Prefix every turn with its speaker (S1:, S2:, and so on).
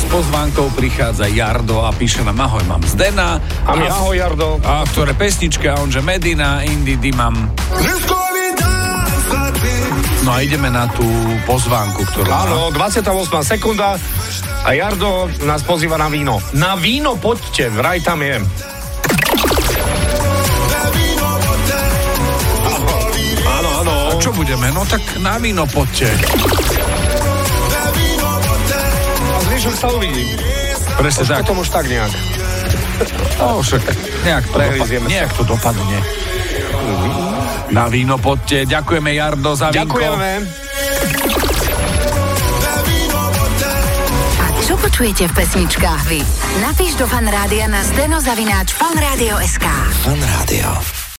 S1: rokov prichádza Jardo a píše nám Ahoj, mám Zdena.
S2: A my
S1: v-
S2: ahoj, Jardo.
S1: A v ktoré pesničke, a onže Medina, Indy Dimam. No a ideme na tú pozvánku, ktorú má.
S2: Áno, 28. sekunda a Jardo nás pozýva na víno. Na víno poďte, vraj tam je. Áno, áno.
S1: A čo budeme? No tak na víno poďte.
S2: A zvyšok No, sa uvidí.
S1: Presne tak.
S2: Potom už tak nejak.
S1: No, však nejak to, dopadne,
S2: Prehryzieme sa.
S1: nejak to dopadne. Na víno poďte. Ďakujeme Jardo za vínko.
S2: Ďakujeme.
S3: A čo počujete v pesničkách vy? Napíš do fanrádia na steno zavináč fanradio.sk.
S4: Fan Rádio.